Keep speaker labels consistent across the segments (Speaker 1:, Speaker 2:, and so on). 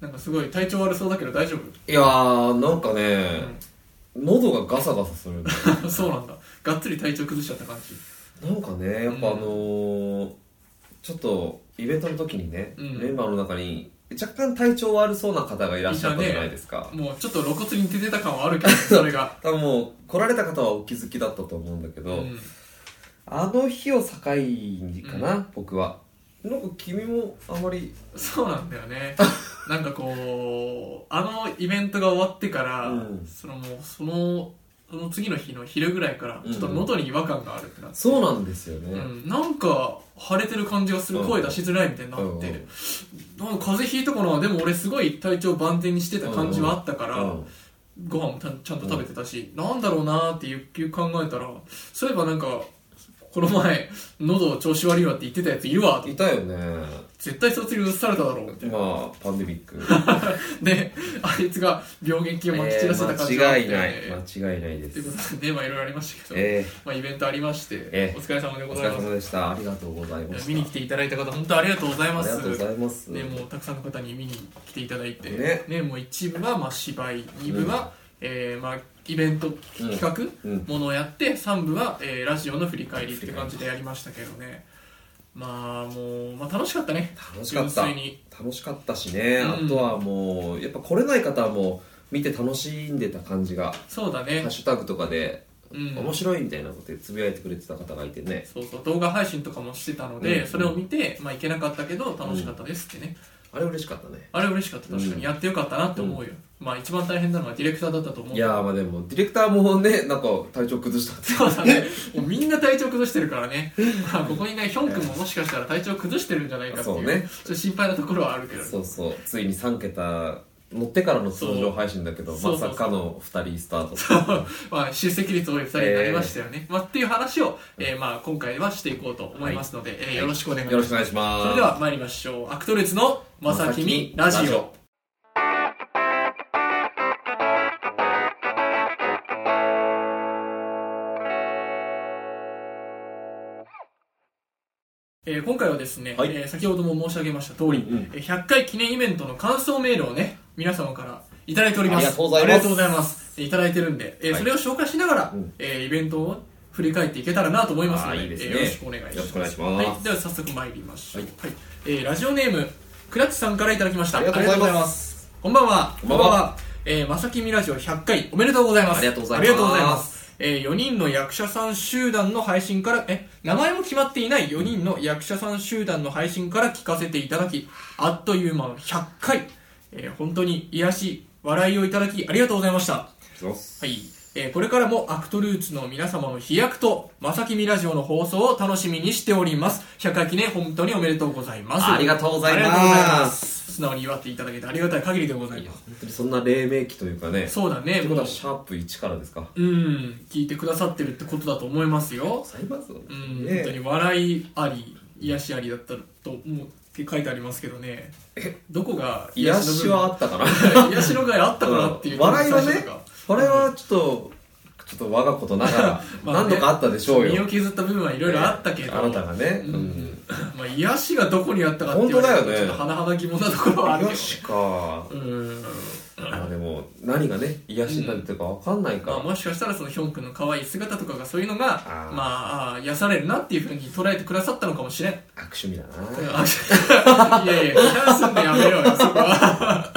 Speaker 1: なんかすごい体調悪そうだけど大丈夫
Speaker 2: いやーなんかね、喉がガサガサする んだよ
Speaker 1: そうなんだがっつり体調崩しちゃった感じ
Speaker 2: なんかねやっぱあのーちょっとイベントの時にね、
Speaker 1: うん
Speaker 2: メンバーの中に若干体調悪そうな方がいらっしゃったじゃないですか、
Speaker 1: もうちょっと露骨に出てた感はあるけどそれが
Speaker 2: 多分もう来られた方はお気づきだったと思うんだけ
Speaker 1: う
Speaker 2: ど、
Speaker 1: ん
Speaker 2: あの日を境にかな、僕はなんか君もあまり
Speaker 1: そうなんだよね なんかこうあのイベントが終わってから、
Speaker 2: うん
Speaker 1: そのもうそのその次の日の昼ぐらいから
Speaker 2: うん
Speaker 1: ちょっと喉に違和感があるってなって、
Speaker 2: そうなんですよね、
Speaker 1: うんなんか腫れてる感じがする
Speaker 2: うん
Speaker 1: 声出しづらいみたいになって、
Speaker 2: うん
Speaker 1: なんか風邪ひいたかなでも俺すごい体調万全にしてた感じはあったから、
Speaker 2: うん
Speaker 1: ご飯もたちゃんと食べてたし、なんだろうなーってゆっくり考えたらそういえばなんかこの前喉調子悪いわって言ってたやついるわ
Speaker 2: いたよね
Speaker 1: 絶対そいつに移されただろうみたいな
Speaker 2: まあパンデミック
Speaker 1: であいつが病原菌をまき散らせた感じがあっ
Speaker 2: 間
Speaker 1: て、
Speaker 2: 違いない間違いないで
Speaker 1: という
Speaker 2: す
Speaker 1: ことでねまあいろいろありましたけど、
Speaker 2: え
Speaker 1: まあ、イベントありまして、
Speaker 2: ええ
Speaker 1: お疲れ様で
Speaker 2: ー、
Speaker 1: ご
Speaker 2: お
Speaker 1: ざい
Speaker 2: 疲れ
Speaker 1: ます
Speaker 2: 様でしたありがとうございました
Speaker 1: 見に来ていただいた方本当ありがとうござい
Speaker 2: あ
Speaker 1: ま
Speaker 2: り
Speaker 1: す
Speaker 2: がとうございます
Speaker 1: ね、もうたくさんの方に見に来ていただいて、
Speaker 2: ね
Speaker 1: もう1部はまあ芝居2部は、えーまあ、イベント企画、
Speaker 2: うん
Speaker 1: ものをやって3部は、えーラジオの振り返りって感じでやりましたけどねまあもう、まあ、楽しかったね
Speaker 2: 楽しかった
Speaker 1: 純粋に
Speaker 2: 楽しかったしね、
Speaker 1: うん
Speaker 2: あとはもうやっぱ来れない方はもう見て楽しんでた感じが
Speaker 1: そうだ
Speaker 2: ハ
Speaker 1: ね
Speaker 2: ッ、シュタグとかで
Speaker 1: うん、
Speaker 2: 面白いみたいなことでつぶやいてくれてた方がいてね
Speaker 1: そうそう動画配信とかもしてたので、
Speaker 2: うん
Speaker 1: それを見て、まあ、いけなかったけど楽しかったですってね、
Speaker 2: あれ嬉しかったね
Speaker 1: あれ嬉しかった確かにやってよかったなって思うよ、まあ一番大変なのはディレクターだったと思う
Speaker 2: いやーまあでもディレクターもねなんか体調崩したって
Speaker 1: そうだねもうみんな体調崩してるからね、まあ、ここにねヒョン君ももしかしたら体調崩してるんじゃないかっていう
Speaker 2: そうね
Speaker 1: ちょっと心配なところはあるけど
Speaker 2: そうそうついに3桁乗ってからの通常配信だけど
Speaker 1: そう
Speaker 2: まさかの2人スタート
Speaker 1: まあ、出席率多い2人になりましたよね、まあ、っていう話を、えーまあ、今回はしていこうと思いますので、えーよろしくお願いしま
Speaker 2: よろ
Speaker 1: す
Speaker 2: しくお願いします
Speaker 1: それでは参りましょうアクトレツの「まさきみラジオ」えー今回はですね、
Speaker 2: はい
Speaker 1: えー先ほども申し上げました通り、
Speaker 2: うんうん
Speaker 1: えー100回記念イベントの感想メールをね皆様からいただいております
Speaker 2: ありがとうございま
Speaker 1: あ
Speaker 2: す
Speaker 1: りがとうございますえーいただいてるんで、えー
Speaker 2: はい
Speaker 1: それを紹介しながら、
Speaker 2: うん
Speaker 1: えーイベントを振り返っていけたらなと思いますの
Speaker 2: あ
Speaker 1: で
Speaker 2: ーいいですね
Speaker 1: えーよろしくお願いします
Speaker 2: よろしくお願いします
Speaker 1: はい、では早速参りましょう、
Speaker 2: は
Speaker 1: はいえーラジオネームクラッチさんからいただきました
Speaker 2: ありがとうござい
Speaker 1: ありがとう
Speaker 2: ま
Speaker 1: ご
Speaker 2: す
Speaker 1: こんばんは
Speaker 2: こんばんは
Speaker 1: えーまさきみラジオ100回おめでとうございます
Speaker 2: ありがとうございます
Speaker 1: ありがとうございますえー4人の役者さん集団の配信からえ名前も決まっていない4人の役者さん集団の配信から聞かせていただきあっという間の100回、えー本当に癒し笑いをいただきありがとうございましたはい、えーこれからもアクトルーツの皆様の飛躍とまさきみラジオの放送を楽しみにしております100回記念本当におめでとうございます
Speaker 2: ありがとうございま
Speaker 1: あり
Speaker 2: す
Speaker 1: がとうございます素直に祝っていただけてありがたい限りでござい
Speaker 2: いや
Speaker 1: ます
Speaker 2: 本当にそんな黎明期というかね
Speaker 1: そうだね
Speaker 2: ってこ
Speaker 1: も
Speaker 2: と
Speaker 1: う
Speaker 2: はシャープ1からですか
Speaker 1: うん聞いてくださってるってことだと思いますよ
Speaker 2: ございます
Speaker 1: う
Speaker 2: ね
Speaker 1: ん、
Speaker 2: え
Speaker 1: 本当に笑いあり癒しありだったと思うって書いてありますけどねどこが
Speaker 2: 癒しはあ
Speaker 1: の
Speaker 2: ったかな
Speaker 1: 部分癒しの害あったかなっていう
Speaker 2: うん笑いはね
Speaker 1: 最初とか
Speaker 2: 笑いはちょっとちょっと我がことながら
Speaker 1: まあね
Speaker 2: 何度かあったでしょうよ
Speaker 1: 身を削った部分はいろいろあったけど、
Speaker 2: あなたがね
Speaker 1: うん
Speaker 2: うん
Speaker 1: まあ、癒しがどこにあったかって言われる
Speaker 2: 本当
Speaker 1: と
Speaker 2: だ
Speaker 1: ちょっ
Speaker 2: よね
Speaker 1: と甚だ疑問なところはあるけ
Speaker 2: 癒
Speaker 1: ど
Speaker 2: しか
Speaker 1: うん
Speaker 2: まあでも何がね癒しになるっていうか分かんないか
Speaker 1: まあ、
Speaker 2: ら
Speaker 1: もしかしたらそのヒョン君の可愛い姿とかがそういうのがま
Speaker 2: ー
Speaker 1: ああー癒されるなっていうふうに捉えてくださったのかも しれんい
Speaker 2: 悪趣味だな
Speaker 1: やいや批判すんのやめようよそこは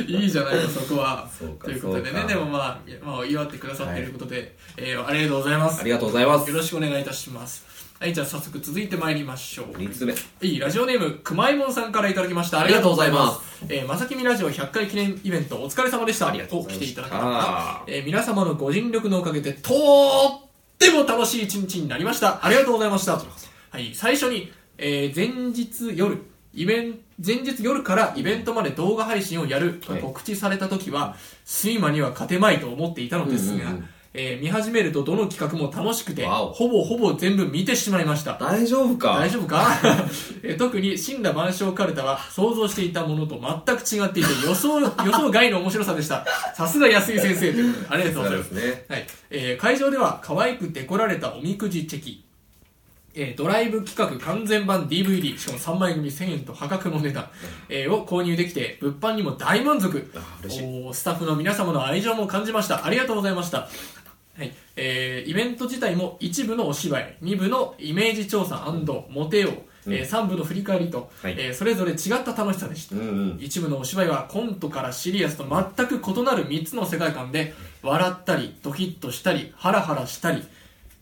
Speaker 1: いいじゃないかそこは
Speaker 2: そうか
Speaker 1: ということで
Speaker 2: そ
Speaker 1: ね
Speaker 2: うか
Speaker 1: でもまあ、まあ、祝ってくださっていることで、えーありがとうございます
Speaker 2: ありがとうございます
Speaker 1: よろしくお願いいたしますはいじゃあ早速続いてまいりましょう
Speaker 2: 3つ目
Speaker 1: いいラジオネームくまいもんさんからいただきましたあ
Speaker 2: あ
Speaker 1: り
Speaker 2: り
Speaker 1: が
Speaker 2: が
Speaker 1: と
Speaker 2: と
Speaker 1: う
Speaker 2: う
Speaker 1: ござ
Speaker 2: ござ
Speaker 1: い
Speaker 2: い
Speaker 1: ま、
Speaker 2: ます
Speaker 1: えー、まさきみラジオ100回記念イベントお疲れ様でした
Speaker 2: ありがとうございま
Speaker 1: 来
Speaker 2: した
Speaker 1: ていただきました、えー皆様のご尽力のおかげでとっても楽しい一日になりましたありがとうございましたはい最初に、えー前日夜イベン前日夜からイベントまで動画配信をやると
Speaker 2: はい
Speaker 1: 告知された時は、睡魔には勝てまいと思っていたのですが、
Speaker 2: うんうんうん
Speaker 1: えー見始めるとどの企画も楽しくて
Speaker 2: わお
Speaker 1: ほぼほぼ全部見てしまいました
Speaker 2: 大丈夫か
Speaker 1: 大丈夫か え特に「神羅万象かるた」は想像していたものと全く違っていて予想予想外の面白さでしたさすが安井先生ということでありがとうございます
Speaker 2: そうですね
Speaker 1: はいえー会場では可愛くデコられたおみくじチェキえードライブ企画完全版 DVD しかも3枚組1000円と破格の値段、えーを購入できて物販にも大満足
Speaker 2: あ嬉しい
Speaker 1: おースタッフの皆様の愛情も感じましたありがとうございましたはいえーイベント自体も1部のお芝居2部のイメージ調査モテよう、
Speaker 2: うん
Speaker 1: え3部の振り返りと、
Speaker 2: はい
Speaker 1: えーそれぞれ違った楽しさでした
Speaker 2: うんうん
Speaker 1: 一部のお芝居はコントからシリアスと全く異なる3つの世界観で笑ったりドキッとしたりハラハラしたり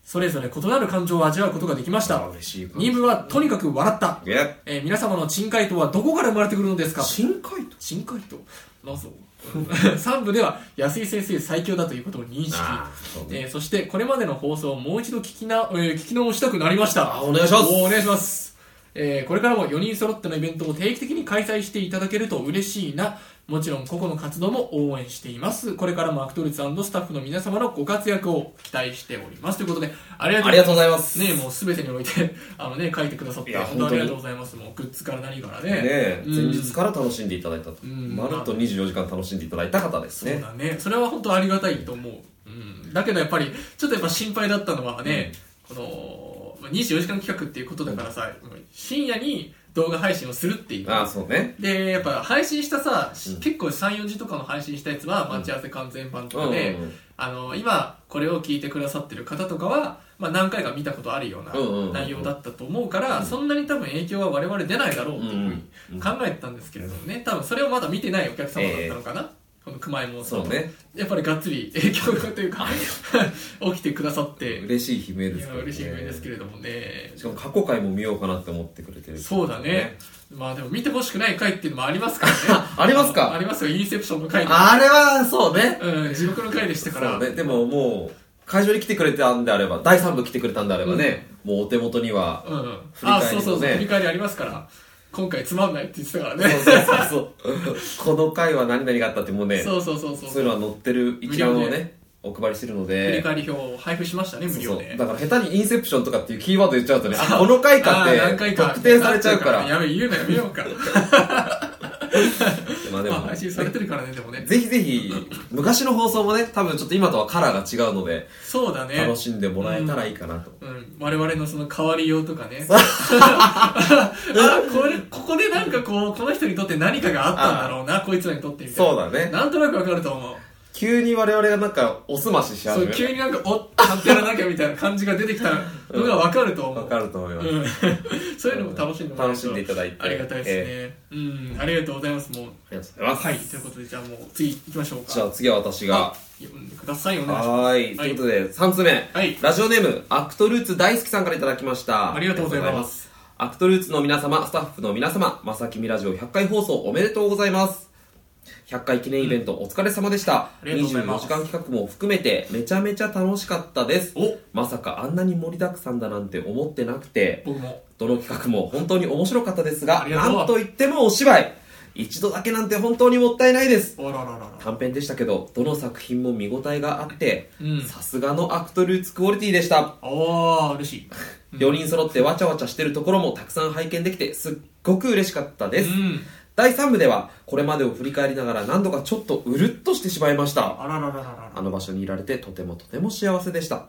Speaker 1: それぞれ異なる感情を味わうことができました
Speaker 2: あ嬉しい
Speaker 1: 2部はとにかく笑った、
Speaker 2: え
Speaker 1: えー皆様の珍回答はどこから生まれてくるのですか
Speaker 2: 深海と
Speaker 1: 珍回答謎 3部では安井先生最強だということを認識
Speaker 2: あーそうね
Speaker 1: えーそしてこれまでの放送をもう一度聞きな、えー聞き直したくなりました
Speaker 2: あお願いします
Speaker 1: お願いしますえーこれからも4人揃ってのイベントを定期的に開催していただけると嬉しいなもちろん個々の活動も応援していますこれからもアクトルツスタッフの皆様のご活躍を期待しておりますということでありがとう
Speaker 2: ありがとうございます
Speaker 1: ねもう全てにおいてあのね書いてくださって
Speaker 2: いや
Speaker 1: 本当
Speaker 2: 本
Speaker 1: あ
Speaker 2: 当
Speaker 1: り
Speaker 2: に
Speaker 1: がとうございますもうグッズから何からね
Speaker 2: ねえ
Speaker 1: うん
Speaker 2: 前日から楽しんでいただいたと
Speaker 1: うん
Speaker 2: まるっと24時間楽しんでいただいた方で
Speaker 1: そ
Speaker 2: す
Speaker 1: う
Speaker 2: ね
Speaker 1: だねそれは本当ありがたいと思う、うん、だけどやっぱりちょっとやっぱ心配だったのはね、このまあ24時間企画っていうことだからさ、深夜に動画配信をするっていう
Speaker 2: ああそうね
Speaker 1: でやっぱ配信したさ、し
Speaker 2: うん
Speaker 1: 結構34時とかの配信したやつは待ち合わせ完全版とかで、
Speaker 2: うんうんうん
Speaker 1: あの今これを聞いてくださってる方とかは、まあ、何回か見たことあるような
Speaker 2: うんうんうん
Speaker 1: 内容だったと思うから、そんなに多分影響は我々出ないだろうっていうふう
Speaker 2: うんう
Speaker 1: に
Speaker 2: ん
Speaker 1: 考えてたんですけれどもね多分それをまだ見てないお客様だったのかな、この熊右衛門さん
Speaker 2: そうね
Speaker 1: やっぱりがっつり影響がというか 起きてくださって
Speaker 2: 嬉しい悲鳴
Speaker 1: い
Speaker 2: です
Speaker 1: や
Speaker 2: けどね
Speaker 1: 嬉しい夢ですけれどもね
Speaker 2: しかも過去回も見ようかなって思ってくれてる
Speaker 1: そうだねまあでも見てほしくない回っていうのもありますからね
Speaker 2: ありますか
Speaker 1: あありますよインセプションの回
Speaker 2: あれはそうね
Speaker 1: うん地獄の回でしたか
Speaker 2: そ
Speaker 1: ら
Speaker 2: うねでももう会場に来てくれたんであれば第3部来てくれたんであればねもうお手元に は
Speaker 1: うんうん
Speaker 2: 振り
Speaker 1: あ
Speaker 2: 返りもね
Speaker 1: そうそうそう振り返りありますから今回つまんないって言ってたから
Speaker 2: そう
Speaker 1: ね
Speaker 2: そうそうそう この回は何々があったってもうね
Speaker 1: そうそうそうそう
Speaker 2: そういうのは載ってる一覧
Speaker 1: 無
Speaker 2: を
Speaker 1: 料
Speaker 2: ねお配りしてるの
Speaker 1: 振り
Speaker 2: で
Speaker 1: 返り表を配布しましたね無
Speaker 2: そうそ
Speaker 1: 料
Speaker 2: う
Speaker 1: で
Speaker 2: だから下手にインセプションとかっていうキーワード言っちゃうとねあこの回か
Speaker 1: あー何
Speaker 2: っ
Speaker 1: 回
Speaker 2: て
Speaker 1: か
Speaker 2: 特定されちゃうから
Speaker 1: やべ言うのやめよ うか
Speaker 2: まあで
Speaker 1: まあ
Speaker 2: も
Speaker 1: 配信されてるからねでもね
Speaker 2: ぜひぜひ昔の放送もね多分ちょっと今とはカラーが違うので
Speaker 1: そうだね
Speaker 2: 楽しんでもらえたらいいかなと
Speaker 1: うん、我々のその変わりようとかね あこれここでなんかこうこの人にとって何かがあったんだろうなこいつらにとってみたいな
Speaker 2: そうだね
Speaker 1: なんとなくわかると思う
Speaker 2: 急に我々がなんかおすましし
Speaker 1: そ
Speaker 2: 始め
Speaker 1: う
Speaker 2: る
Speaker 1: 急になんかおっなんてやらなきゃみたいな感じが出てきたのがわかると思う、
Speaker 2: わかると思います、
Speaker 1: うん そういうのも楽しんでもらえると
Speaker 2: 楽しんでいただいて
Speaker 1: ありがたいですね、うんありがとうございますもう
Speaker 2: ありがとうございます、
Speaker 1: はいということでじゃあもう次行きましょうか
Speaker 2: じゃあ次は私が
Speaker 1: あ読んでくださいお願いします
Speaker 2: はーい
Speaker 1: は
Speaker 2: と
Speaker 1: い
Speaker 2: いうことで3つ目、
Speaker 1: はい
Speaker 2: ラジオネームアクトルーツ大好きさんからいただきました
Speaker 1: ありがとうございます
Speaker 2: アクトルーツの皆様スタッフの皆様まさきみラジオ100回放送おめでとうございます100回記念イベントお疲れ様でした、
Speaker 1: りがとうございます
Speaker 2: 24時間企画も含めてめちゃめちゃ楽しかったです
Speaker 1: お
Speaker 2: まさかあんなに盛りだくさんだなんて思ってなくて
Speaker 1: 僕も
Speaker 2: どの企画も本当に面白かったです
Speaker 1: あ
Speaker 2: が
Speaker 1: りがとう
Speaker 2: なんといってもお芝居一度だけなんて本当にもったいないです
Speaker 1: あらららら
Speaker 2: 短編でしたけどどの作品も見応えがあって
Speaker 1: うん
Speaker 2: さすがのアクトルーツクオリティでした
Speaker 1: ああ嬉しい
Speaker 2: 4人揃ってわちゃわちゃしてるところもたくさん拝見できてすっごく嬉しかったです、
Speaker 1: うん
Speaker 2: 第3部ではこれまでを振り返りながら何度かちょっとうるっとしてしまいました
Speaker 1: あらららららら
Speaker 2: あの場所にいられてとてもとても幸せでした。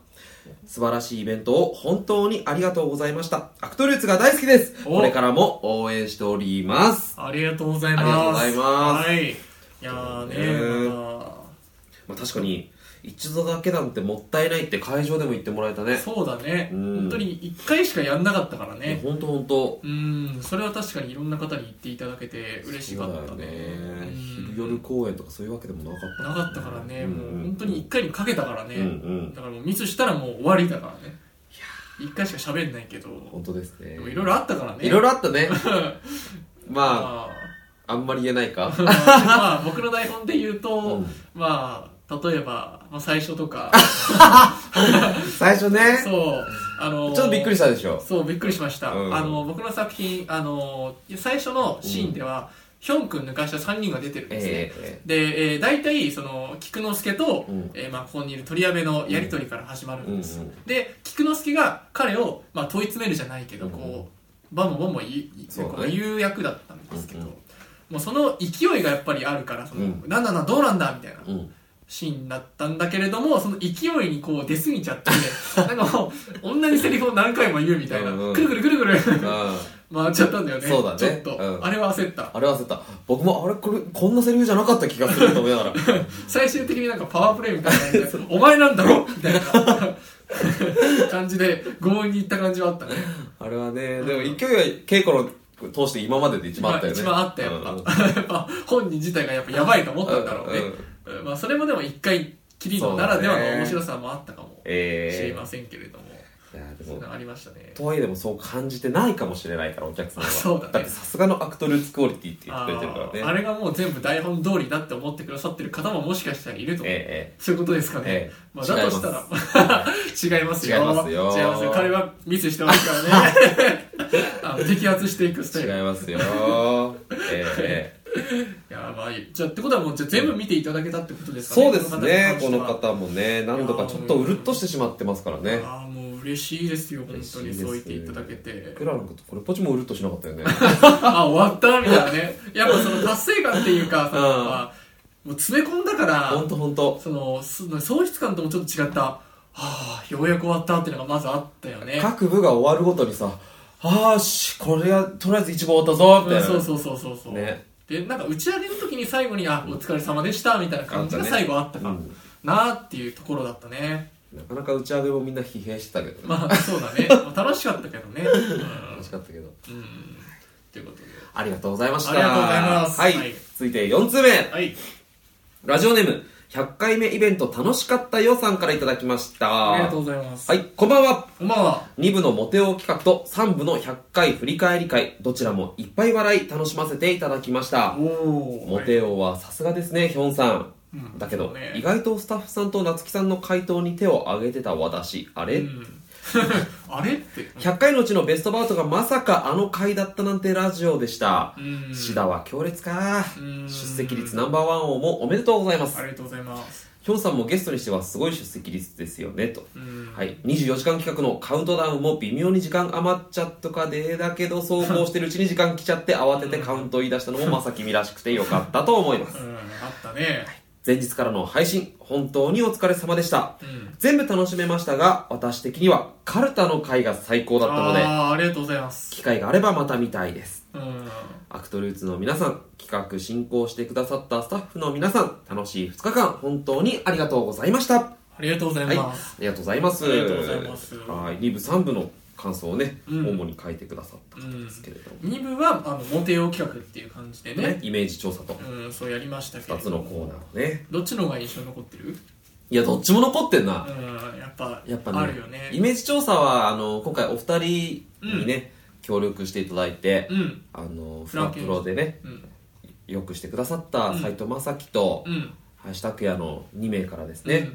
Speaker 2: 素晴らしいイベントを本当にありがとうございました。アクトルーツが大好きです。
Speaker 1: お
Speaker 2: これからも応援しております。
Speaker 1: ありがとうございます。
Speaker 2: ありがとうございます
Speaker 1: はい。いやーね
Speaker 2: ねー
Speaker 1: ま
Speaker 2: まあ、確かに、一度だけなんてもったいないって会場でも言ってもらえ
Speaker 1: た
Speaker 2: たね。
Speaker 1: そうだね。
Speaker 2: うん
Speaker 1: 本当に一回しかやんなかったから
Speaker 2: いや
Speaker 1: ね。
Speaker 2: ほんとほんと。
Speaker 1: うん、それは確かにいろんな方に言っていただけて嬉しかった
Speaker 2: そう
Speaker 1: ね
Speaker 2: だよ。
Speaker 1: うん
Speaker 2: 昼夜公演とかそういうわけでもなかった
Speaker 1: なかったからね、
Speaker 2: うん
Speaker 1: もう本当に一回にかけたからね。
Speaker 2: うんうん。
Speaker 1: だからもうミスしたらもう終わりだからね。一回しか喋んないけど、
Speaker 2: 本当ですね
Speaker 1: でも。いろいろあったからね。
Speaker 2: いろい
Speaker 1: ろ。
Speaker 2: ろあった ね。まあ、
Speaker 1: まあ、
Speaker 2: あんまり言えないか。
Speaker 1: まあ僕の台本で言うと、
Speaker 2: うん
Speaker 1: まあ例えば、まあ、最初と か
Speaker 2: 最初ね、ち
Speaker 1: そうあの
Speaker 2: ょっとびっくりしたでしょ。
Speaker 1: そうびっくりしました、
Speaker 2: うん
Speaker 1: あの僕の作品あの最初のシーンでは、ヒョン君抜かした3人が出てるんですね、
Speaker 2: ええ
Speaker 1: で、えー、大体その菊之助と、
Speaker 2: うん
Speaker 1: えーまあ、ここにいる鳥矢部のやり取りから始まるんです、
Speaker 2: うんうん
Speaker 1: で菊之助が彼を、まあ、問い詰めるじゃないけど、
Speaker 2: うん
Speaker 1: こうバンボンボン言う
Speaker 2: そうだね
Speaker 1: こう言う役だったんですけど、
Speaker 2: うんうん
Speaker 1: もうその勢いがやっぱりあるからその、
Speaker 2: うん
Speaker 1: なんだなんだどうなんだみたいな
Speaker 2: うん。
Speaker 1: シーンだったんだけれども、その勢いにこう出過ぎちゃって、 なんかもう、同じセリフを何回も言うみたいな、
Speaker 2: うんうん
Speaker 1: くるくるくるくる
Speaker 2: あ
Speaker 1: 回っちゃったんだよね。
Speaker 2: そうだね
Speaker 1: ちょっと、
Speaker 2: うん
Speaker 1: あれは焦った。
Speaker 2: あれ忘れた僕もあれこれこんなセリフじゃなかった気がすると思いながら
Speaker 1: 最終的になんかパワープレイみたいな感じで、お前なんだろみたいな感じで、強引に行った感じはあったね。
Speaker 2: あれはねでも勢いは稽古の通して今までで一番あったよね
Speaker 1: 一番あったやっぱ。やっぱ本人自体がやっぱやばいと思ったんだろうね。うんまあそれもでも一回きりのならではの面白さもあったかも
Speaker 2: ええ
Speaker 1: しれませんけれども、
Speaker 2: いやで
Speaker 1: そん
Speaker 2: も
Speaker 1: なのありましたね。
Speaker 2: とはいえでもそう感じてないかもしれないからお客 さんは
Speaker 1: あそうだね
Speaker 2: ってさすがのアクトルーツクオリティって言っ
Speaker 1: あ
Speaker 2: てくれてるからね
Speaker 1: ーあれがもう全部台本通りだって思ってくださってる方ももしかしたらいると思う。
Speaker 2: え
Speaker 1: そういうことですかね。
Speaker 2: ええ
Speaker 1: まあ、だとしたら、 違いますよ。
Speaker 2: 違いますよ
Speaker 1: 違いますよ彼はミスしてますからね。 あの摘発していくスタ
Speaker 2: え
Speaker 1: イ
Speaker 2: え
Speaker 1: ル。い
Speaker 2: え違いますよ ええええ
Speaker 1: やばい。じゃあ、ってことはもう、じゃあ全部見ていただけたってことですかね。
Speaker 2: そうですねこ
Speaker 1: こ
Speaker 2: の
Speaker 1: の方に関しては
Speaker 2: 方もね何度かちょっとうるっとしてしまってますからね
Speaker 1: ああ、もう嬉しいですよ、本
Speaker 2: 嬉し
Speaker 1: 当
Speaker 2: い
Speaker 1: に。
Speaker 2: です
Speaker 1: そう言っていただけて。
Speaker 2: クララのことこれポチもうるっとしなかったよね
Speaker 1: あ、終わったみたいなね。やっぱその達成感っていうか、その
Speaker 2: うん
Speaker 1: やっぱもう詰め込んだから、
Speaker 2: 本当本当
Speaker 1: その、す喪失感ともちょっと違った、はあ、ようやく終わったっていうのがまずあったよね。
Speaker 2: 各部が終わるごとにさあーしこれがとりあえず一番終わったぞみたい
Speaker 1: う
Speaker 2: な
Speaker 1: んそうそうそうそうそう。
Speaker 2: ね
Speaker 1: で、なんか打ち上げの時に最後に、あ、お疲れ様でしたみたいな感じ
Speaker 2: あ
Speaker 1: が
Speaker 2: ったね
Speaker 1: 最後あったか
Speaker 2: うん
Speaker 1: なっていうところだったね。
Speaker 2: なかなか打ち上げもみんな疲弊してたけどね
Speaker 1: まあ、そう だね。まあ楽しかったけどね。
Speaker 2: 楽しかったけど
Speaker 1: うん。うん。ということで。
Speaker 2: ありがとうございました
Speaker 1: ありがとうございます
Speaker 2: はい、
Speaker 1: はい
Speaker 2: 続いて4つ目
Speaker 1: はい。
Speaker 2: ラジオネーム100回目イベント楽しかったよさんからいただきました
Speaker 1: ありがとうございます。
Speaker 2: はいこんばんは
Speaker 1: こんばんは。
Speaker 2: 2部のモテ王企画と3部の100回振り返り会どちらもいっぱい笑い楽しませていただきました
Speaker 1: おお
Speaker 2: モテ王はさすがですねヒョンさん、
Speaker 1: うん
Speaker 2: だけど、
Speaker 1: そうね
Speaker 2: 意外とスタッフさんと夏希さんの回答に手を挙げてた私あれ、
Speaker 1: うん、 あれって、
Speaker 2: 100回のうちのベストバウトがまさかあの回だったなんてラジオでした、
Speaker 1: うん
Speaker 2: シダは強烈か、
Speaker 1: うん
Speaker 2: 出席率ナンバーワン王もおめでとうございます
Speaker 1: ありがとうございます。
Speaker 2: ヒョンさんもゲストにしてはすごい出席率ですよねと、
Speaker 1: うん
Speaker 2: はい、24時間企画のカウントダウンも微妙に時間余っちゃったとかでだけどそうこうしてるうちに時間来ちゃって慌ててカウント言い出したのもまさきみらしくてよかったと思います
Speaker 1: うん、あったね。
Speaker 2: 前日からの配信本当にお疲れ様でした
Speaker 1: うん。
Speaker 2: 全部楽しめましたが私的にはカルタの回が最高だったので
Speaker 1: あーありがとうございます。
Speaker 2: 機会があればまた見たいです
Speaker 1: うん。
Speaker 2: アクトルーツの皆さん企画進行してくださったスタッフの皆さん楽しい2日間本当にありがとうございました
Speaker 1: ありがとうござ
Speaker 2: はい、
Speaker 1: い
Speaker 2: あ
Speaker 1: ます。
Speaker 2: りがとうございます。
Speaker 1: ありがとうございます
Speaker 2: はい、二部三部の感想をね、
Speaker 1: うん
Speaker 2: 主に書いてくださったんですけれども、
Speaker 1: 二部は、あの、モテ用企画っていう感じで
Speaker 2: ね
Speaker 1: ね、、
Speaker 2: イメージ調査と
Speaker 1: うん、そうやりましたけど。
Speaker 2: 二つのコーナーをね。
Speaker 1: どっちの方が印象に残ってる
Speaker 2: いや、どっちも残ってんな。
Speaker 1: うん、やっぱ、
Speaker 2: やっぱね
Speaker 1: あるよね。
Speaker 2: イメージ調査はあの今回お二人にね、協力していただいて、
Speaker 1: うん、
Speaker 2: あの
Speaker 1: フ
Speaker 2: フ
Speaker 1: ラ
Speaker 2: ラ
Speaker 1: ンケン
Speaker 2: プロでね、
Speaker 1: うん、
Speaker 2: よくしてくださった斉藤正樹と、
Speaker 1: うん。
Speaker 2: 林拓也の二名からですね、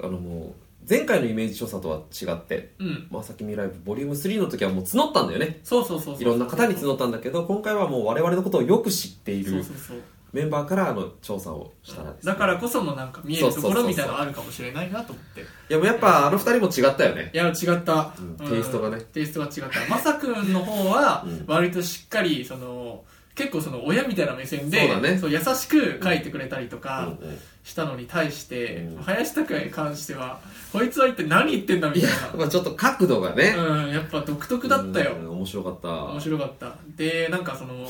Speaker 2: あのもう前回のイメージ調査とは違って。
Speaker 1: うん。うん。
Speaker 2: まさきみライブボリューム3の時はもう募ったんだよね
Speaker 1: そうそうそうそう。
Speaker 2: いろんな方に募
Speaker 1: っ
Speaker 2: ったんだけど今回はもう我々のことをよく知ってい
Speaker 1: そう
Speaker 2: る
Speaker 1: そうそう。
Speaker 2: メンバーからあの調査をしたらですね
Speaker 1: だからこそのなんか見えるところみたいなのあるかもしれないなと思って。
Speaker 2: いやもうやっぱあの二人も違ったよね
Speaker 1: いや違った、
Speaker 2: うん
Speaker 1: うん
Speaker 2: テイストがね
Speaker 1: テイストが違ったまさくんの方は
Speaker 2: うん
Speaker 1: 割としっかりその結構その親みたいな目線で
Speaker 2: そうだね
Speaker 1: そう優しく書いてくれたりとか
Speaker 2: うんうん
Speaker 1: したのに対して、
Speaker 2: うん
Speaker 1: 林拓也に関してはこいつは一体何言ってんだみ
Speaker 2: い
Speaker 1: た
Speaker 2: や
Speaker 1: い
Speaker 2: まあちょっと角度がね
Speaker 1: な、うん、やっぱ独特だったよ
Speaker 2: うん面白かった
Speaker 1: 面白かったでなんかその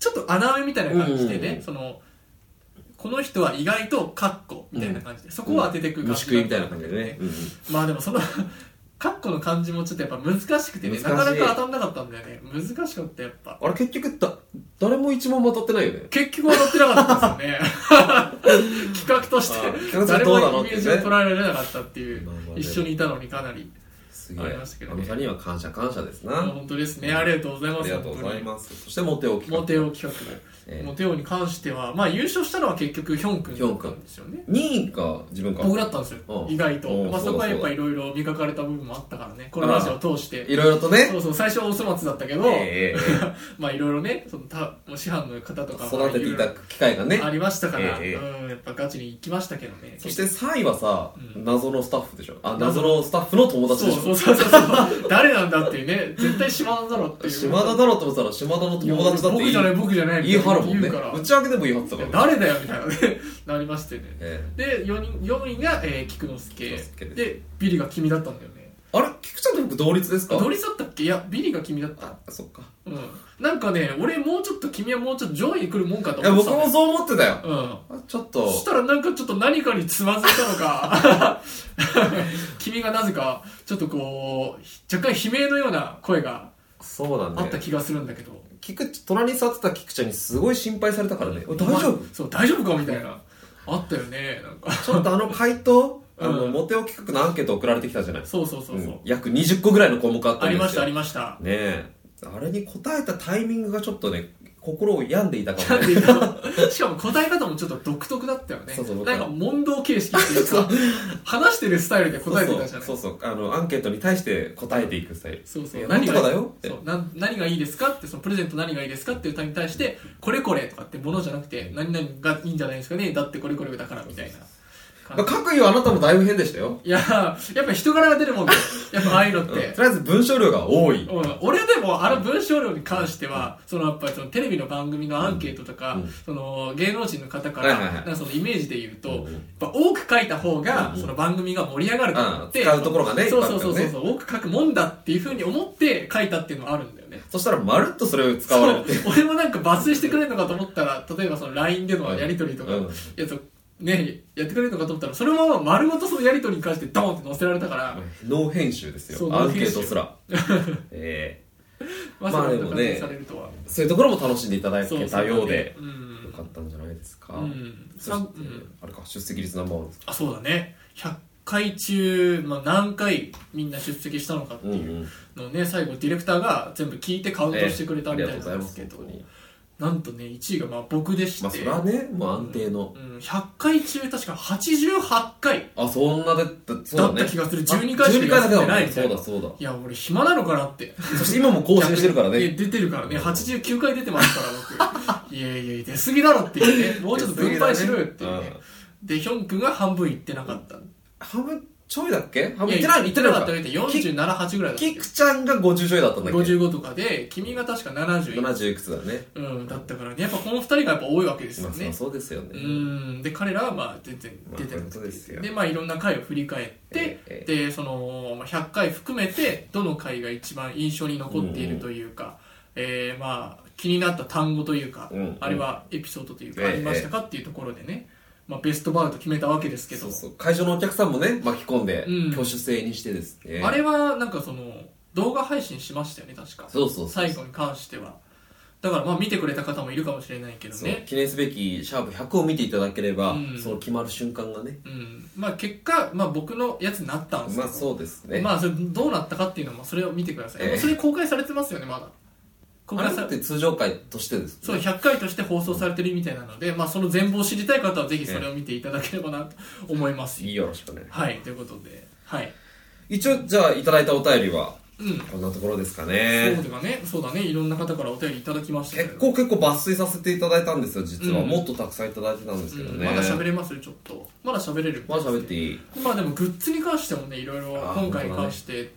Speaker 1: ちょっと穴埋めみたいな感じでね、
Speaker 2: うん
Speaker 1: そのこの人は意外とカッコみたいな感じで、そこを当てていく感
Speaker 2: 虫
Speaker 1: じ
Speaker 2: 食
Speaker 1: だ
Speaker 2: い
Speaker 1: っ
Speaker 2: みたいな感じでね、うんうん
Speaker 1: まあでもそのカッコの漢字もちょっとやっぱ難しくてね
Speaker 2: 難しい
Speaker 1: なかなか当たんなかったんだよね難しかったやっぱ
Speaker 2: あれ結局だ誰も一問も当たってないよね
Speaker 1: 結局当たってなかったんですよ ね企画とし
Speaker 2: あ企
Speaker 1: て
Speaker 2: 画として
Speaker 1: 誰
Speaker 2: ど
Speaker 1: も
Speaker 2: うなの
Speaker 1: イメージを取られなかったっていう
Speaker 2: まあまあね
Speaker 1: 一緒にいたのにかなり
Speaker 2: すげえ
Speaker 1: あり
Speaker 2: あ
Speaker 1: ま
Speaker 2: の
Speaker 1: したけどね
Speaker 2: 二人には感謝感謝ですな、
Speaker 1: 本当ですねありがとうございます
Speaker 2: ありがとうございますそしてモテオき
Speaker 1: 本当にモテオ企
Speaker 2: え
Speaker 1: 画
Speaker 2: え
Speaker 1: モテオに関してはまあ優勝したのは結局ヒョン君
Speaker 2: ヒョン君
Speaker 1: なんですよね
Speaker 2: 2位か自分か
Speaker 1: 僕だったんですよ
Speaker 2: うん
Speaker 1: 意外と
Speaker 2: うん
Speaker 1: まあ
Speaker 2: そ
Speaker 1: そうこ
Speaker 2: だ
Speaker 1: はやっ
Speaker 2: そう
Speaker 1: ぱ
Speaker 2: だ
Speaker 1: いろいろ磨かれた部分もあったからねこのラジオを通して
Speaker 2: いろいろとね
Speaker 1: そうそう最初はお粗末だったけど、
Speaker 2: ええ
Speaker 1: まあいろいろねそのた師範の方とか
Speaker 2: 育てていた機会がね
Speaker 1: ありましたから、
Speaker 2: ええ
Speaker 1: うん、やっぱガチに行きましたけどね
Speaker 2: そして3位はさ、
Speaker 1: うん
Speaker 2: 謎のスタッフでしょあ謎のスタッフの友
Speaker 1: そう
Speaker 2: 達でし
Speaker 1: そ
Speaker 2: ょ
Speaker 1: うそうそうそう誰なんだっていうね絶対島田だろっていう
Speaker 2: 島田だろうと思ってたら島田の友達だって
Speaker 1: 僕じゃない僕じゃない
Speaker 2: 言い張るもんね
Speaker 1: 言うから
Speaker 2: 打ち上げでも言い張ってたから
Speaker 1: 誰
Speaker 2: ね
Speaker 1: だよみたいなねなりましてね
Speaker 2: え
Speaker 1: で4人四位が、えー菊之助
Speaker 2: 菊之助です
Speaker 1: でビリが君だったんだよね
Speaker 2: えあれ菊ちゃんと僕同率ですか
Speaker 1: 同率だったっけいやビリが君だった
Speaker 2: あそっか
Speaker 1: うんなんかね俺もうちょっと君はもうちょっと上位に来るもんかと
Speaker 2: いや
Speaker 1: 思って
Speaker 2: 僕
Speaker 1: たんだよ
Speaker 2: もそう思ってたよ
Speaker 1: うん
Speaker 2: あちょっと
Speaker 1: そしたらなんかちょっと何かにつまずいたのか 君がなぜかちょっとこう若干悲鳴のような声が
Speaker 2: そうだね
Speaker 1: あった気がするんだけど、
Speaker 2: 菊池隣に座ってた菊ちゃんにすごい心配されたからね大丈夫
Speaker 1: そう大丈夫かみたいなあったよねなんか
Speaker 2: ちょっとあの回答
Speaker 1: うん
Speaker 2: あのモテオ企画のアンケート送られてきたじゃない
Speaker 1: そうそうそうそう、
Speaker 2: うん約20個ぐらいの項目あった
Speaker 1: あ
Speaker 2: ん
Speaker 1: り
Speaker 2: で
Speaker 1: ますし
Speaker 2: よ
Speaker 1: たありま した
Speaker 2: ねえあれに答えたタイミングがちょっとね心を病んでいたか
Speaker 1: な
Speaker 2: も
Speaker 1: ん
Speaker 2: ね
Speaker 1: で言うのしかも答え方もちょっと独特だったよね
Speaker 2: そうそう
Speaker 1: なんか問答形式っていうか話してるスタイルで答えてたじゃないそ
Speaker 2: そ
Speaker 1: う
Speaker 2: うそうそうあのアンケートに対して答えていくスタイル
Speaker 1: そう
Speaker 2: いや
Speaker 1: 何
Speaker 2: なん
Speaker 1: が
Speaker 2: とかだよって
Speaker 1: そうなん何がいいですかってそのプレゼント何がいいですかっていう歌に対してこれこれとかってものじゃなくて何々がいいんじゃないですかねだってこれこれだからみたいな
Speaker 2: まあ各言うあなたもだいぶ変でしたよ
Speaker 1: いややっぱ人柄が出るもんだよやっぱああいうのっ
Speaker 2: うんとりあ
Speaker 1: て、
Speaker 2: えず文章量が多い
Speaker 1: うん俺でもあの文章量に関しては、そのやっぱりそのテレビの番組のアンケートとか、
Speaker 2: うん
Speaker 1: その芸能人の方か
Speaker 2: は
Speaker 1: ら、
Speaker 2: いはいはい
Speaker 1: なんかそのイメージで言うと、
Speaker 2: うん
Speaker 1: やっぱ多く書いた方が、
Speaker 2: うん
Speaker 1: その番組が盛り上がるからって、
Speaker 2: うん使うところがね
Speaker 1: そうそうそう
Speaker 2: いっぱい
Speaker 1: そう
Speaker 2: あるか
Speaker 1: そう、多く書くもんだっていうふうに思って書いたっていうのはあるんだよね。
Speaker 2: そしたらまるっとそれを使われて
Speaker 1: そう俺もなんか抜粋してくれるのかと思ったら例えばその LINE でのやり取りとか、
Speaker 2: うん
Speaker 1: やつをねやってくれるのかと思ったらそのまま丸ごとそのやり取りに関してドーンって載せられたから、
Speaker 2: ノー編集です
Speaker 1: そう
Speaker 2: よ
Speaker 1: ノ
Speaker 2: ア
Speaker 1: ー
Speaker 2: ンケ
Speaker 1: 編集
Speaker 2: ート すらえ
Speaker 1: まさか
Speaker 2: まあで
Speaker 1: の
Speaker 2: も
Speaker 1: 感じ
Speaker 2: ね
Speaker 1: にされるとは、
Speaker 2: えそういうところも楽しんでいただ
Speaker 1: そう
Speaker 2: けたようで
Speaker 1: そうだね
Speaker 2: よかったんじゃないですか、
Speaker 1: うん、うん
Speaker 2: そして
Speaker 1: さんうん
Speaker 2: あれか出席率ナンバーワンですか
Speaker 1: あそうだね100回中、まあ、何回みんな出席したのかっていうのをね、最後ディレクターが全部聞いてカウントしてくれたみたい
Speaker 2: ええありが
Speaker 1: な
Speaker 2: とうござ
Speaker 1: いん
Speaker 2: ま
Speaker 1: です
Speaker 2: す
Speaker 1: けど、
Speaker 2: 本当に
Speaker 1: なんとね1位がまあ僕でして、
Speaker 2: まあそれはねもう安定の、
Speaker 1: うん、100回中確か88回
Speaker 2: あそんなでそう
Speaker 1: だ
Speaker 2: だ
Speaker 1: っ
Speaker 2: ね
Speaker 1: た気がする
Speaker 2: あ
Speaker 1: 12回しかやってないみた
Speaker 2: そう
Speaker 1: いな
Speaker 2: だそうだ
Speaker 1: いや俺暇なのかなって
Speaker 2: そして今も更新してるから
Speaker 1: いや
Speaker 2: ね
Speaker 1: 出てるからね89回出てますから僕いやいや出過ぎだろって言ってねもうちょっと分配しろよっていうね
Speaker 2: うん
Speaker 1: でヒョン君が半分いってなかった
Speaker 2: 半分ちょいだっけ半分
Speaker 1: い
Speaker 2: いってない
Speaker 1: 言
Speaker 2: い
Speaker 1: っ
Speaker 2: ってて
Speaker 1: な
Speaker 2: な
Speaker 1: か
Speaker 2: か
Speaker 1: っ
Speaker 2: った
Speaker 1: た478ぐらいだったっ
Speaker 2: キ
Speaker 1: け
Speaker 2: クちゃんが50ちょいだったんだっけ
Speaker 1: 55とかで君が確か70
Speaker 2: 70いくつだね
Speaker 1: うんだったからねやっぱこの2人がやっぱ多いわけです
Speaker 2: ま
Speaker 1: よ
Speaker 2: あそり
Speaker 1: ね
Speaker 2: ゃそうですよね
Speaker 1: うんで彼らはまあ全然出てな
Speaker 2: まあ
Speaker 1: く
Speaker 2: そう
Speaker 1: て、
Speaker 2: ですよ
Speaker 1: でまあいろんな回を振り返って
Speaker 2: え、え
Speaker 1: でそのまあ100回含めてどの回が一番印象に残っているというか、えーまあ気になった単語というか、
Speaker 2: うんうん
Speaker 1: あるいはエピソードという
Speaker 2: え
Speaker 1: かあ
Speaker 2: え
Speaker 1: りましたかっていうところでね、まあ、ベストバウト決めたわけですけ
Speaker 2: そ
Speaker 1: ど
Speaker 2: うそう会場のお客さんもね巻き込んで
Speaker 1: うん
Speaker 2: 挙手制にしてですね
Speaker 1: あれはなんかその動画配信しましたよね確か
Speaker 2: そうそうそう
Speaker 1: 最後に関してはだからまあ見てくれた方もいるかもしれないけど
Speaker 2: そう
Speaker 1: ね
Speaker 2: 記念すべきシャープ100を見ていただければ
Speaker 1: うん
Speaker 2: その決まる瞬間がね
Speaker 1: うんまあ結果、まあ、僕のやつになったんですけ
Speaker 2: ま
Speaker 1: ど、
Speaker 2: あそうですね
Speaker 1: まあそれどうなったかっていうのもそれを見てください、
Speaker 2: ええ
Speaker 1: それ公開されてますよねまだ公
Speaker 2: あれ
Speaker 1: 開
Speaker 2: だ
Speaker 1: さ
Speaker 2: って通常会としてです
Speaker 1: そう100回として放送されてるみたいなので、まあ、その全貌を知りたい方はぜひそれを見ていただければなと思います、
Speaker 2: いいよろしくね
Speaker 1: はいということではい
Speaker 2: 一応じゃあいただいたお便りは
Speaker 1: うん
Speaker 2: こんなところですか
Speaker 1: そう
Speaker 2: ね
Speaker 1: とかねそうだねいろんな方からお便りいただきましたけど
Speaker 2: 結構結構抜粋させていただいたんですよ実は
Speaker 1: うん
Speaker 2: もっとたくさんいただいてたんですけど
Speaker 1: うん
Speaker 2: ね
Speaker 1: まだ喋れますちょっとまだ喋れる
Speaker 2: まだ喋っていい
Speaker 1: まあでもグッズに関してもねいろいろ
Speaker 2: あー
Speaker 1: 今回に関して、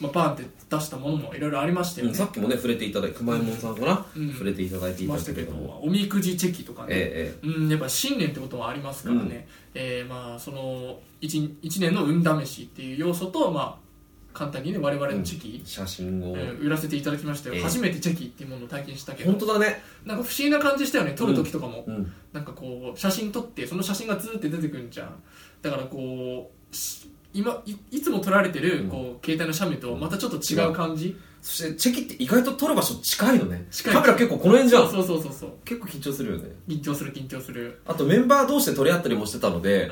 Speaker 1: まあ、バーンって出したものもいろいろありましたよ
Speaker 2: うん
Speaker 1: ね、
Speaker 2: さっきもね触れていただい熊右衛門さんかな
Speaker 1: うん
Speaker 2: 触れていただいてい
Speaker 1: ま
Speaker 2: ま
Speaker 1: し
Speaker 2: したた
Speaker 1: け
Speaker 2: け
Speaker 1: ど
Speaker 2: ども
Speaker 1: おみくじチェキとかね、
Speaker 2: えええ
Speaker 1: うん、やっぱ新年ってこともありますからね、えーまあその 1, 一年の運試しっていう要素と、まあ、簡単にね我々のチェ
Speaker 2: え
Speaker 1: キ、
Speaker 2: 写真を
Speaker 1: うん売らせていただきましたよ、
Speaker 2: ええ
Speaker 1: 初めてチェキっていうものを体験したけど
Speaker 2: 本当だね
Speaker 1: なんか不思議な感じしたよね撮る時とかも、
Speaker 2: うん
Speaker 1: なんかこう写真撮ってその写真がずーって出てくるんじゃんだからこうし今いいつも撮られてる
Speaker 2: うん
Speaker 1: こう携帯の写メとまたちょっと違う感じ、
Speaker 2: そしてチェキって意外と撮る場所近いのね
Speaker 1: 近い
Speaker 2: カメラ結構この辺じゃん
Speaker 1: そうそうそうそう
Speaker 2: 結構緊張するよね
Speaker 1: 緊張する緊張する、
Speaker 2: あとメンバー同士で取り合ったりもしてたの
Speaker 1: う
Speaker 2: で
Speaker 1: ん、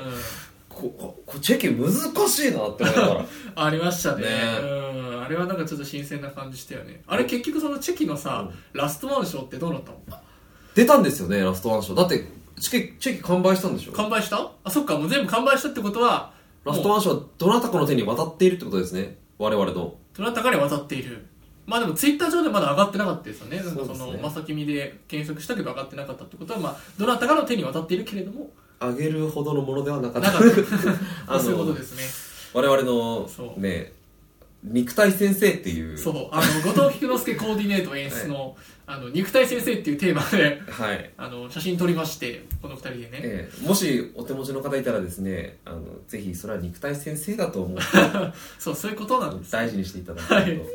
Speaker 2: こここチェキ難しいなって思いながら
Speaker 1: ありましたね
Speaker 2: ね
Speaker 1: うんあれはなんかちょっと新鮮な感じしたよねあれ結局そのチェキのさ、ラストワン賞ってどうなったの
Speaker 2: 出たんですよねラストワン賞だってチェキチェキ完売したんでしょ
Speaker 1: 完売したあそっかもう全部完売したってことは
Speaker 2: ラストワン賞はどなたかの手に渡っているってことですね我々の
Speaker 1: どなたかに渡っているまあでもツイッター上でまだ上がってなかったですよねなんか
Speaker 2: そう
Speaker 1: そ
Speaker 2: です
Speaker 1: の
Speaker 2: ね
Speaker 1: まさきみで検索したけど上がってなかったってことはまあどなたかの手に渡っているけれども
Speaker 2: あげるほどのものではなかっ
Speaker 1: な
Speaker 2: た
Speaker 1: かった
Speaker 2: あの
Speaker 1: そういうことですね
Speaker 2: 我々の
Speaker 1: そう
Speaker 2: ね肉体先生っていう
Speaker 1: そうあの後藤菊之助コーディネート演出の「あの肉体先生」っていうテーマで
Speaker 2: はい
Speaker 1: あの写真撮りましてこの二人でね
Speaker 2: ええもしお手持ちの方いたらですねあのぜひそれは肉体先生だと思って
Speaker 1: そうそういうことなんです
Speaker 2: 大事にしていただきたいと、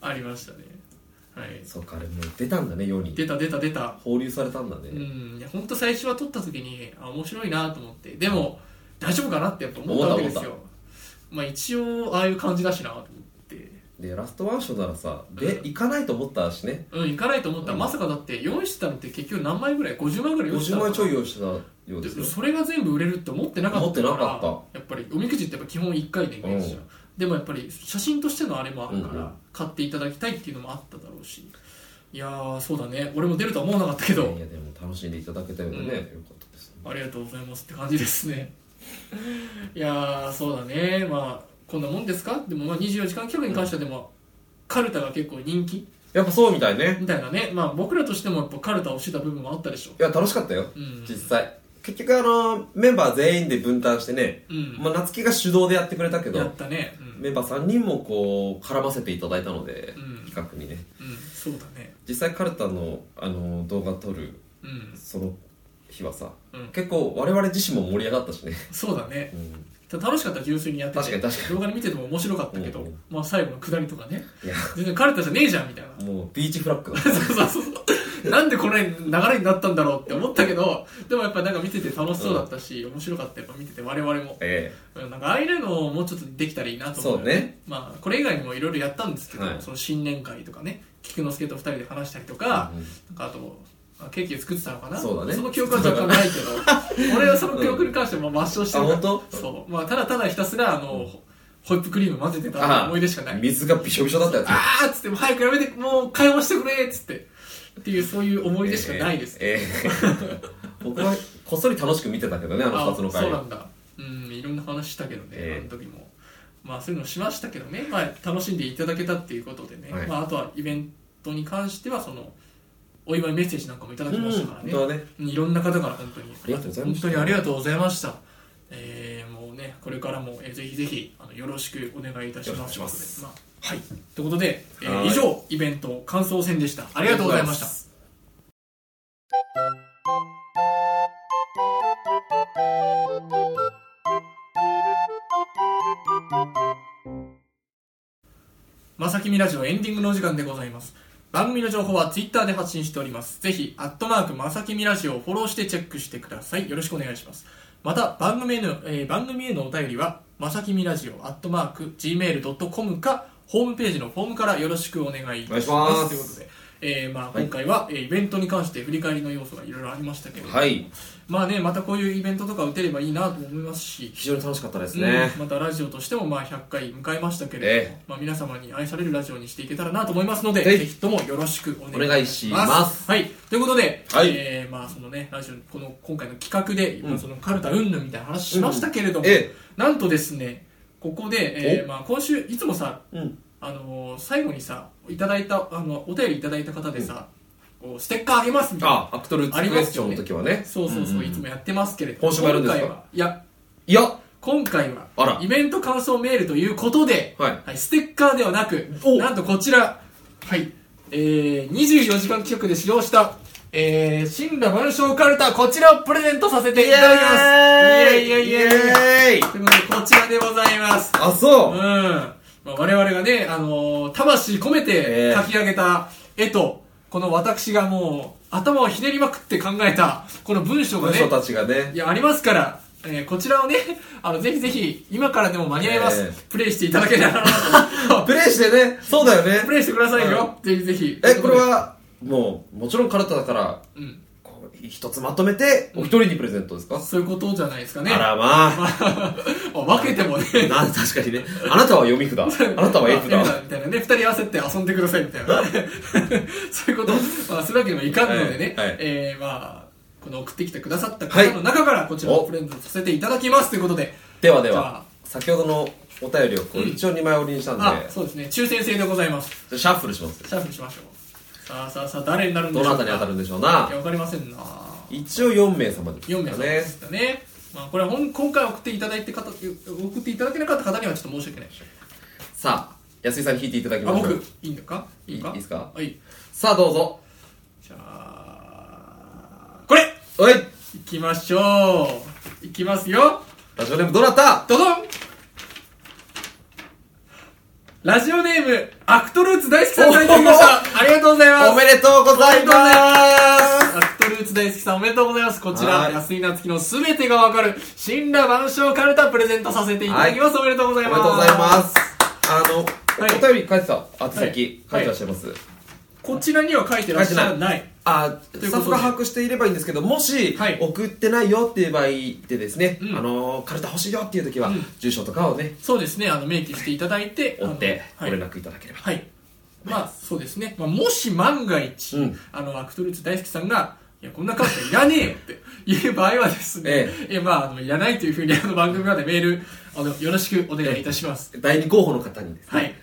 Speaker 1: ありましたねはい
Speaker 2: そうかあれもう出たんだね世に
Speaker 1: 出た出た出た
Speaker 2: 放流されたんだね、
Speaker 1: うんいや本当最初は撮った時にあ面白いなと思ってでも大丈夫かなってやっぱ思ったわけです
Speaker 2: 思
Speaker 1: よまあ一応ああいう感じだしなと思って
Speaker 2: でラストワンショーならさで
Speaker 1: うん
Speaker 2: 行かないと思ったしね
Speaker 1: うん行かないと思ったら
Speaker 2: うん
Speaker 1: まさかだって用意してたのって結局何枚ぐらい50枚ぐらい用意してたの
Speaker 2: 50
Speaker 1: か
Speaker 2: 枚
Speaker 1: な
Speaker 2: ちょい用意してたようです
Speaker 1: で
Speaker 2: よ
Speaker 1: それが全部売れるって思ってなかったから
Speaker 2: 思ってなか
Speaker 1: やっぱりおみくじってやっぱ基本1回でイメージじゃん、でもやっぱり写真としてのあれもあるか
Speaker 2: うんうん
Speaker 1: ら買っていただきたいっていうのもあっただろうしいやーそうだね俺も出るとは思わなかったけど
Speaker 2: いやでも楽しんでいただけたようでね、
Speaker 1: うん
Speaker 2: よかったですね
Speaker 1: ありがとうございますって感じですね いやーそうだねまあこんなもんですかでもまあ24時間企画に関してはでも、カルタが結構人気
Speaker 2: やっぱそうみたいね
Speaker 1: みたいなねまあ僕らとしてもやっぱカルタをしてた部分もあったでしょ
Speaker 2: いや楽しかったよ、
Speaker 1: うん
Speaker 2: 実際結局あのメンバー全員で分担してね、
Speaker 1: うん、
Speaker 2: まあ、夏希が主導でやってくれたけ
Speaker 1: や
Speaker 2: ど
Speaker 1: ったねうん、
Speaker 2: メンバー3人もこう絡ませていただいたので、
Speaker 1: うん
Speaker 2: 企画にね
Speaker 1: うん、そうだね
Speaker 2: 実際カルタのあの動画撮る
Speaker 1: うん
Speaker 2: その日はさ、
Speaker 1: うん
Speaker 2: 結構我々自身も盛り上がったしね、
Speaker 1: そうだね
Speaker 2: うん、
Speaker 1: ただ楽しかった純粋にやって
Speaker 2: 確か
Speaker 1: て
Speaker 2: に確か
Speaker 1: 動画で見てても面白かったけど、
Speaker 2: うんうん
Speaker 1: まあ、最後の下りとかね
Speaker 2: にいや
Speaker 1: 全然カルタじゃねえじゃんみたいな
Speaker 2: もうビーチフラッグ だ
Speaker 1: そうそうそうなんでこの流れになったんだろうって思ったけどでもやっぱなんか見てて楽しそうだったし、面白かったやっぱ見てて我々も
Speaker 2: え
Speaker 1: うんなんかああいうのをもうちょっとできたらいいなと思う
Speaker 2: そうね
Speaker 1: まあ、これ以外にもいろいろやったんですけど、
Speaker 2: はい
Speaker 1: その新年会とかね菊之助と二人で話したりと
Speaker 2: え
Speaker 1: か、
Speaker 2: うん
Speaker 1: なんかあとあケーキ作ってたのかな
Speaker 2: そうだね
Speaker 1: の記憶は若干ないけ ど俺はその記憶に関しては抹消してるから
Speaker 2: あ本当
Speaker 1: そう、まあ、ただただひたすらあの、ホイップクリーム混ぜてた思い出しかない
Speaker 2: 水がびしょびしょだったやつ
Speaker 1: あーっつってもう早くやめてもう会話してくれっつってっていうそういう思い出しかないです、
Speaker 2: ええええ僕はこっそり楽しく見てたけどねあの2つの
Speaker 1: そ
Speaker 2: 回
Speaker 1: うなんだうんいろんな話したけどね、
Speaker 2: ええ
Speaker 1: あの時もまあそういうのしましたけどね、まあ、楽しんでいただけたっていうことでね、
Speaker 2: はい
Speaker 1: まあ、あとはイベントに関してはそのお祝いメッセージなんかもいただきましたから
Speaker 2: うん
Speaker 1: ね、
Speaker 2: 本当はね
Speaker 1: いろんな方から本当に
Speaker 2: ありがとうございま
Speaker 1: 本
Speaker 2: した
Speaker 1: 当にありがとうございましたえーもうねこれからも、えーぜひぜひあのよろしくお願いいたし
Speaker 2: よろ
Speaker 1: ま
Speaker 2: し
Speaker 1: す
Speaker 2: くお願いします
Speaker 1: まあはいということで、えー
Speaker 2: はい
Speaker 1: 以上イベント感想戦でしたありがとうございましたまさきみラジオエンディングのお時間でございます。番組の情報はツイッターで発信しております。ぜひ、アットマークまさきみラジオをフォローしてチェックしてください。よろしくお願いします。また、番組への、えー番組へのお便りは、まさきみラジオアットマーク gmail.com か、ホームページのフォームからよろしくお願いいたし
Speaker 2: お願
Speaker 1: ます。
Speaker 2: いします
Speaker 1: ということで、えーまあ、
Speaker 2: い
Speaker 1: 今回は、えーイベントに関して振り返りの要素がいろいろありましたけれども、
Speaker 2: はい
Speaker 1: まあね、またこういうイベントとか打てればいいなと思いますし、
Speaker 2: 非常に楽しかったですね
Speaker 1: うん、またラジオとしてもまあ100回迎えましたけれども、
Speaker 2: え
Speaker 1: まあ、皆様に愛されるラジオにしていけたらなと思いますので、
Speaker 2: ええ
Speaker 1: ぜひともよろしくお
Speaker 2: お
Speaker 1: 願
Speaker 2: 願
Speaker 1: い
Speaker 2: い
Speaker 1: し
Speaker 2: し
Speaker 1: ます。
Speaker 2: ます
Speaker 1: はい、ということで、
Speaker 2: はい
Speaker 1: えーまあそのね、ラジオこの今回の企画で、
Speaker 2: うん
Speaker 1: まあそのカルタ云々みたいな話しましたけれども、
Speaker 2: え
Speaker 1: なんとですね、ここで、えーまあ、今週いつもさ、
Speaker 2: えうん
Speaker 1: あのー最後にさいただいたあのお便りいただいた方でさ、こうステッカーあげますみたいな
Speaker 2: あアクトルーツクエスチョンの時はね
Speaker 1: そうそうそう、
Speaker 2: んん
Speaker 1: いつもやってますけれど
Speaker 2: 今週もやるんですか
Speaker 1: 今回はいや
Speaker 2: いや
Speaker 1: 今回は
Speaker 2: あら
Speaker 1: イベント感想メールということで、
Speaker 2: はい
Speaker 1: ステッカーではなく
Speaker 2: お
Speaker 1: なんとこちら、はいえー、24時間企画で使用した、えー、神羅万象カルタこちらをプレゼントさせていただきますイエーイイエーイ
Speaker 2: イエーイ
Speaker 1: ということでこちらでございます
Speaker 2: あ
Speaker 1: うん、
Speaker 2: そう、
Speaker 1: まあ、我々がね、あのー魂込めて
Speaker 2: ええ
Speaker 1: 書き上げた絵と、この私がもう頭をひねりまくって考えたこの文章
Speaker 2: こ
Speaker 1: が
Speaker 2: の
Speaker 1: ね
Speaker 2: 人たちがね
Speaker 1: いや、ありますから、えーこちらをね、 あの、ぜひぜひ、今からでも間に合います。
Speaker 2: ええ
Speaker 1: プレイしていただけたら なと。
Speaker 2: プレイしてねそうだよね
Speaker 1: プレイしてくださいよ。ぜひぜひ。
Speaker 2: えこれはもうもちろんカルタだから
Speaker 1: うん。
Speaker 2: こう一つまとめてお一人にプレゼントですか、
Speaker 1: そういうことじゃないですかね。
Speaker 2: あらまあ
Speaker 1: 分けてもね。
Speaker 2: な確かにねあなたは読み札 あなたは絵札
Speaker 1: ま あみたいなね、二人合わせて遊んでくださいみたいな。 そういうこと、まあ、するわけにもいかんのでね、
Speaker 2: はいはい
Speaker 1: えーまあ、この送ってきてくださった方の中から、こちらをプレゼントさせていただきますということで、
Speaker 2: ではで
Speaker 1: じゃあ
Speaker 2: は先ほどのお便りをこう一応2枚折りにしたんで、
Speaker 1: あ、そうですね、抽選制でございます。
Speaker 2: シャッフルします
Speaker 1: シャッフルしましょう。さあさあさあ、誰になるんで
Speaker 2: ど
Speaker 1: しょう
Speaker 2: な
Speaker 1: か。
Speaker 2: たに当たるんでしょう
Speaker 1: い
Speaker 2: な
Speaker 1: や、わかりませんな
Speaker 2: 一応4名様です
Speaker 1: 4名様で
Speaker 2: ね
Speaker 1: したねまあ、これはほん今回送っていただいて方送っていただけなかった方にはちょっと申し訳ない
Speaker 2: さあ安井さん弾いていただき
Speaker 1: あ
Speaker 2: ましょ
Speaker 1: 僕
Speaker 2: う
Speaker 1: いいのかいいの
Speaker 2: いい
Speaker 1: か
Speaker 2: ですか
Speaker 1: はい
Speaker 2: さあどうぞ
Speaker 1: じゃあこれ
Speaker 2: おい
Speaker 1: いきましょういきますよ
Speaker 2: ラジオネームどなた
Speaker 1: ドドンラジオネームアクトルーツ大好きさんからいただきましたありがとうございます
Speaker 2: おめでとうございます
Speaker 1: アクトルーツ大好きさんおめでとうございます。こち
Speaker 2: は
Speaker 1: ら、
Speaker 2: い
Speaker 1: 安井夏樹のすべてがわかる、神羅万象カルタプレゼントさせていただきます。おめでとうござい
Speaker 2: お
Speaker 1: ま
Speaker 2: め
Speaker 1: す。
Speaker 2: でとうございますあの、
Speaker 1: はい
Speaker 2: お便り書いてた宛先、
Speaker 1: はい
Speaker 2: 書いてらっしゃいます、
Speaker 1: こちらには書いてらっしゃらない。
Speaker 2: あ
Speaker 1: ということで
Speaker 2: 早速把握していればいいんですけどもし、
Speaker 1: はい
Speaker 2: 送ってないよっていう場合でですね、
Speaker 1: うん
Speaker 2: あのカルタ欲しいよっていう時は、
Speaker 1: うん
Speaker 2: 住所とかをね
Speaker 1: そうですね、あの、明記していただいて、
Speaker 2: 追って
Speaker 1: あの
Speaker 2: ご
Speaker 1: はい
Speaker 2: 連。絡いただければ、
Speaker 1: はい。まあ、そうですね。まあ、もし万が一、
Speaker 2: うん
Speaker 1: あの、アクトルーツ大好きさんが、いや、こんなカルタいらねえよっていう場合はですね、
Speaker 2: え
Speaker 1: えまあ、あの、いらないというふうに、あの、番組までメール、あの、よろしくお願いいたします。
Speaker 2: 第二候補の方にです
Speaker 1: は
Speaker 2: ね、
Speaker 1: い。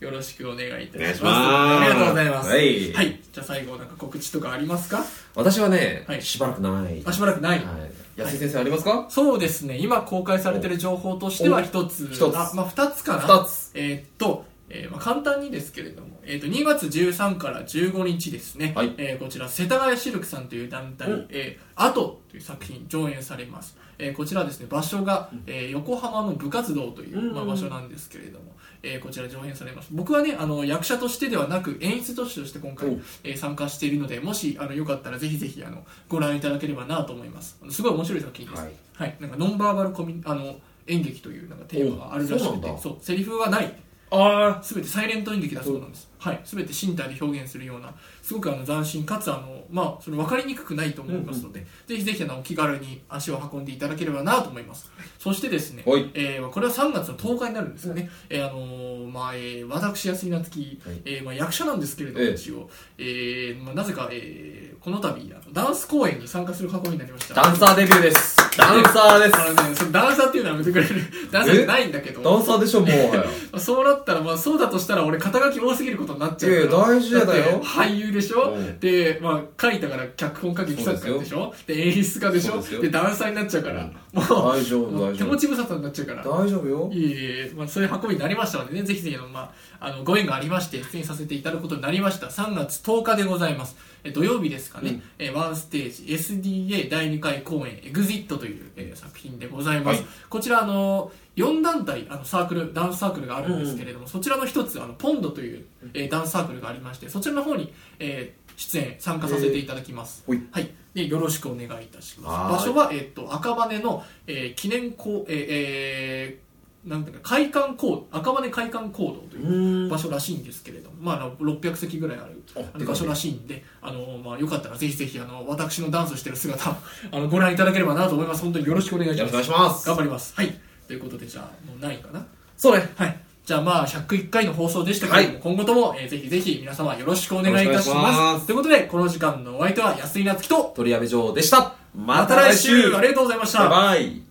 Speaker 1: よろしくお願いいたします。
Speaker 2: お願いします
Speaker 1: ありがとうございます。
Speaker 2: はい
Speaker 1: じゃあ最後、なんか告知とかありますか
Speaker 2: 私はね、
Speaker 1: はい
Speaker 2: しばらくない
Speaker 1: あ、しばらくない。
Speaker 2: はい、安井先生ありますか、
Speaker 1: そうですね、今公開されてる情報としては
Speaker 2: お
Speaker 1: 一つ、
Speaker 2: 一つ
Speaker 1: あまあ二つかな。
Speaker 2: 二つ。
Speaker 1: えーっと、えーまあ、簡単にですけれども、えーっと2月13から15日ですね、
Speaker 2: はい
Speaker 1: えーこちら世田谷シルクさんという団体
Speaker 2: うん
Speaker 1: 「えーアトという作品上演されます、えーこちらですね場所が、えー横浜の部活動という、
Speaker 2: うん
Speaker 1: まあ、場所なんですけれども、えーこちら上演されます僕はねあの役者としてではなく演出として今回
Speaker 2: うん、
Speaker 1: えー参加しているのでもしあのよかったらぜひぜひあのご覧いただければなと思いますあのすごい面白い作品です、
Speaker 2: はい
Speaker 1: はい、なんかノンバーバルコミュニあの演劇というなんかテーマがあるらし
Speaker 2: おそ
Speaker 1: く
Speaker 2: うなん
Speaker 1: て
Speaker 2: だ
Speaker 1: そうセリフはない
Speaker 2: あ
Speaker 1: 全てサイレント演劇だそうなんです、はい、全て身体で表現するようなすごくあの斬新かつあの、まあ、それ分かりにくくないと思いますので、ぜひぜひあのお気軽に足を運んでいただければなと思いますそしてですね
Speaker 2: はい、
Speaker 1: えーこれは3月の10日になるんですよね、えーあのーまあえー私安井夏樹、
Speaker 2: はい
Speaker 1: えーまあ、役者なんですけれども、
Speaker 2: ええ
Speaker 1: 一応、えーまあ、なぜか、えーこの度あのダンス公演に参加する運びになりました
Speaker 2: ダンサーデビューですダンサーです
Speaker 1: あのね、そのダンサーっていうのはやめてくれる。ダンサーじゃないんだけど。
Speaker 2: ダンサーでしょもうはや
Speaker 1: まあそうなったら、まあそうだとしたら俺肩書き多すぎることになっちゃうから。
Speaker 2: いやいや大事だよ
Speaker 1: って俳優でしょ、
Speaker 2: うん
Speaker 1: で、まあ書いたから脚本家劇作家でしょで演出家でし
Speaker 2: そ
Speaker 1: ょ
Speaker 2: うです
Speaker 1: で
Speaker 2: よ
Speaker 1: ダンサーになっちゃうから。
Speaker 2: うん
Speaker 1: も
Speaker 2: 大丈
Speaker 1: う、
Speaker 2: 夫
Speaker 1: もう
Speaker 2: 大
Speaker 1: 手
Speaker 2: 丈
Speaker 1: 持
Speaker 2: 夫
Speaker 1: ち無沙汰になっちゃうから。
Speaker 2: 大丈夫よ
Speaker 1: いえいえ、まあ、そういう運びになりましたのでね、ぜひぜひあの、まあ、あのご縁がありまして、出演させていただくことになりました。3月10日でございます。え土曜日ですかね、
Speaker 2: うん
Speaker 1: えワンステージ SDA 第2回公演、エグジットという、えー作品でございます。
Speaker 2: はい
Speaker 1: こちら、あの4団体あのサークル、ダンスサークルがあるんですけれども、そちらの一つ、あのポンドという、えーダンスサークルがありまして、そちらの方に、えー出演、参加させていただきます。
Speaker 2: ほい
Speaker 1: はい、でよろしくお願いいたしま
Speaker 2: は
Speaker 1: す。
Speaker 2: ー
Speaker 1: 場
Speaker 2: い
Speaker 1: 所は、えっと赤羽の、えー記念こう、えーえーなんていうか会館行赤羽会館行動と
Speaker 2: う
Speaker 1: いう
Speaker 2: ーん
Speaker 1: 場所らしいんですけれども、まあ、あの600席ぐらいある
Speaker 2: あ
Speaker 1: あの場所らしいんで、あのまあ、よかったらぜひぜひあの私のダンスしてる姿 あのご覧いただければなと思います。本当によろしくお願いし
Speaker 2: よろ
Speaker 1: ま
Speaker 2: しくお
Speaker 1: す。
Speaker 2: 願いします
Speaker 1: 頑張ります。はい、ということでじゃあもうないかな。
Speaker 2: そうね
Speaker 1: はい。じゃあまあ、101回の放送でしたけれども、
Speaker 2: は
Speaker 1: 今後とも、えーぜひぜひ皆様よろしくお願いいたし
Speaker 2: よろしくお願
Speaker 1: ま
Speaker 2: い
Speaker 1: す。
Speaker 2: します
Speaker 1: ということで、この時間のお相手は安井なつきと、
Speaker 2: 鳥矢部城でしたま
Speaker 1: また
Speaker 2: た
Speaker 1: 来
Speaker 2: 来
Speaker 1: 週
Speaker 2: 週
Speaker 1: ありがとうございました
Speaker 2: バイバイ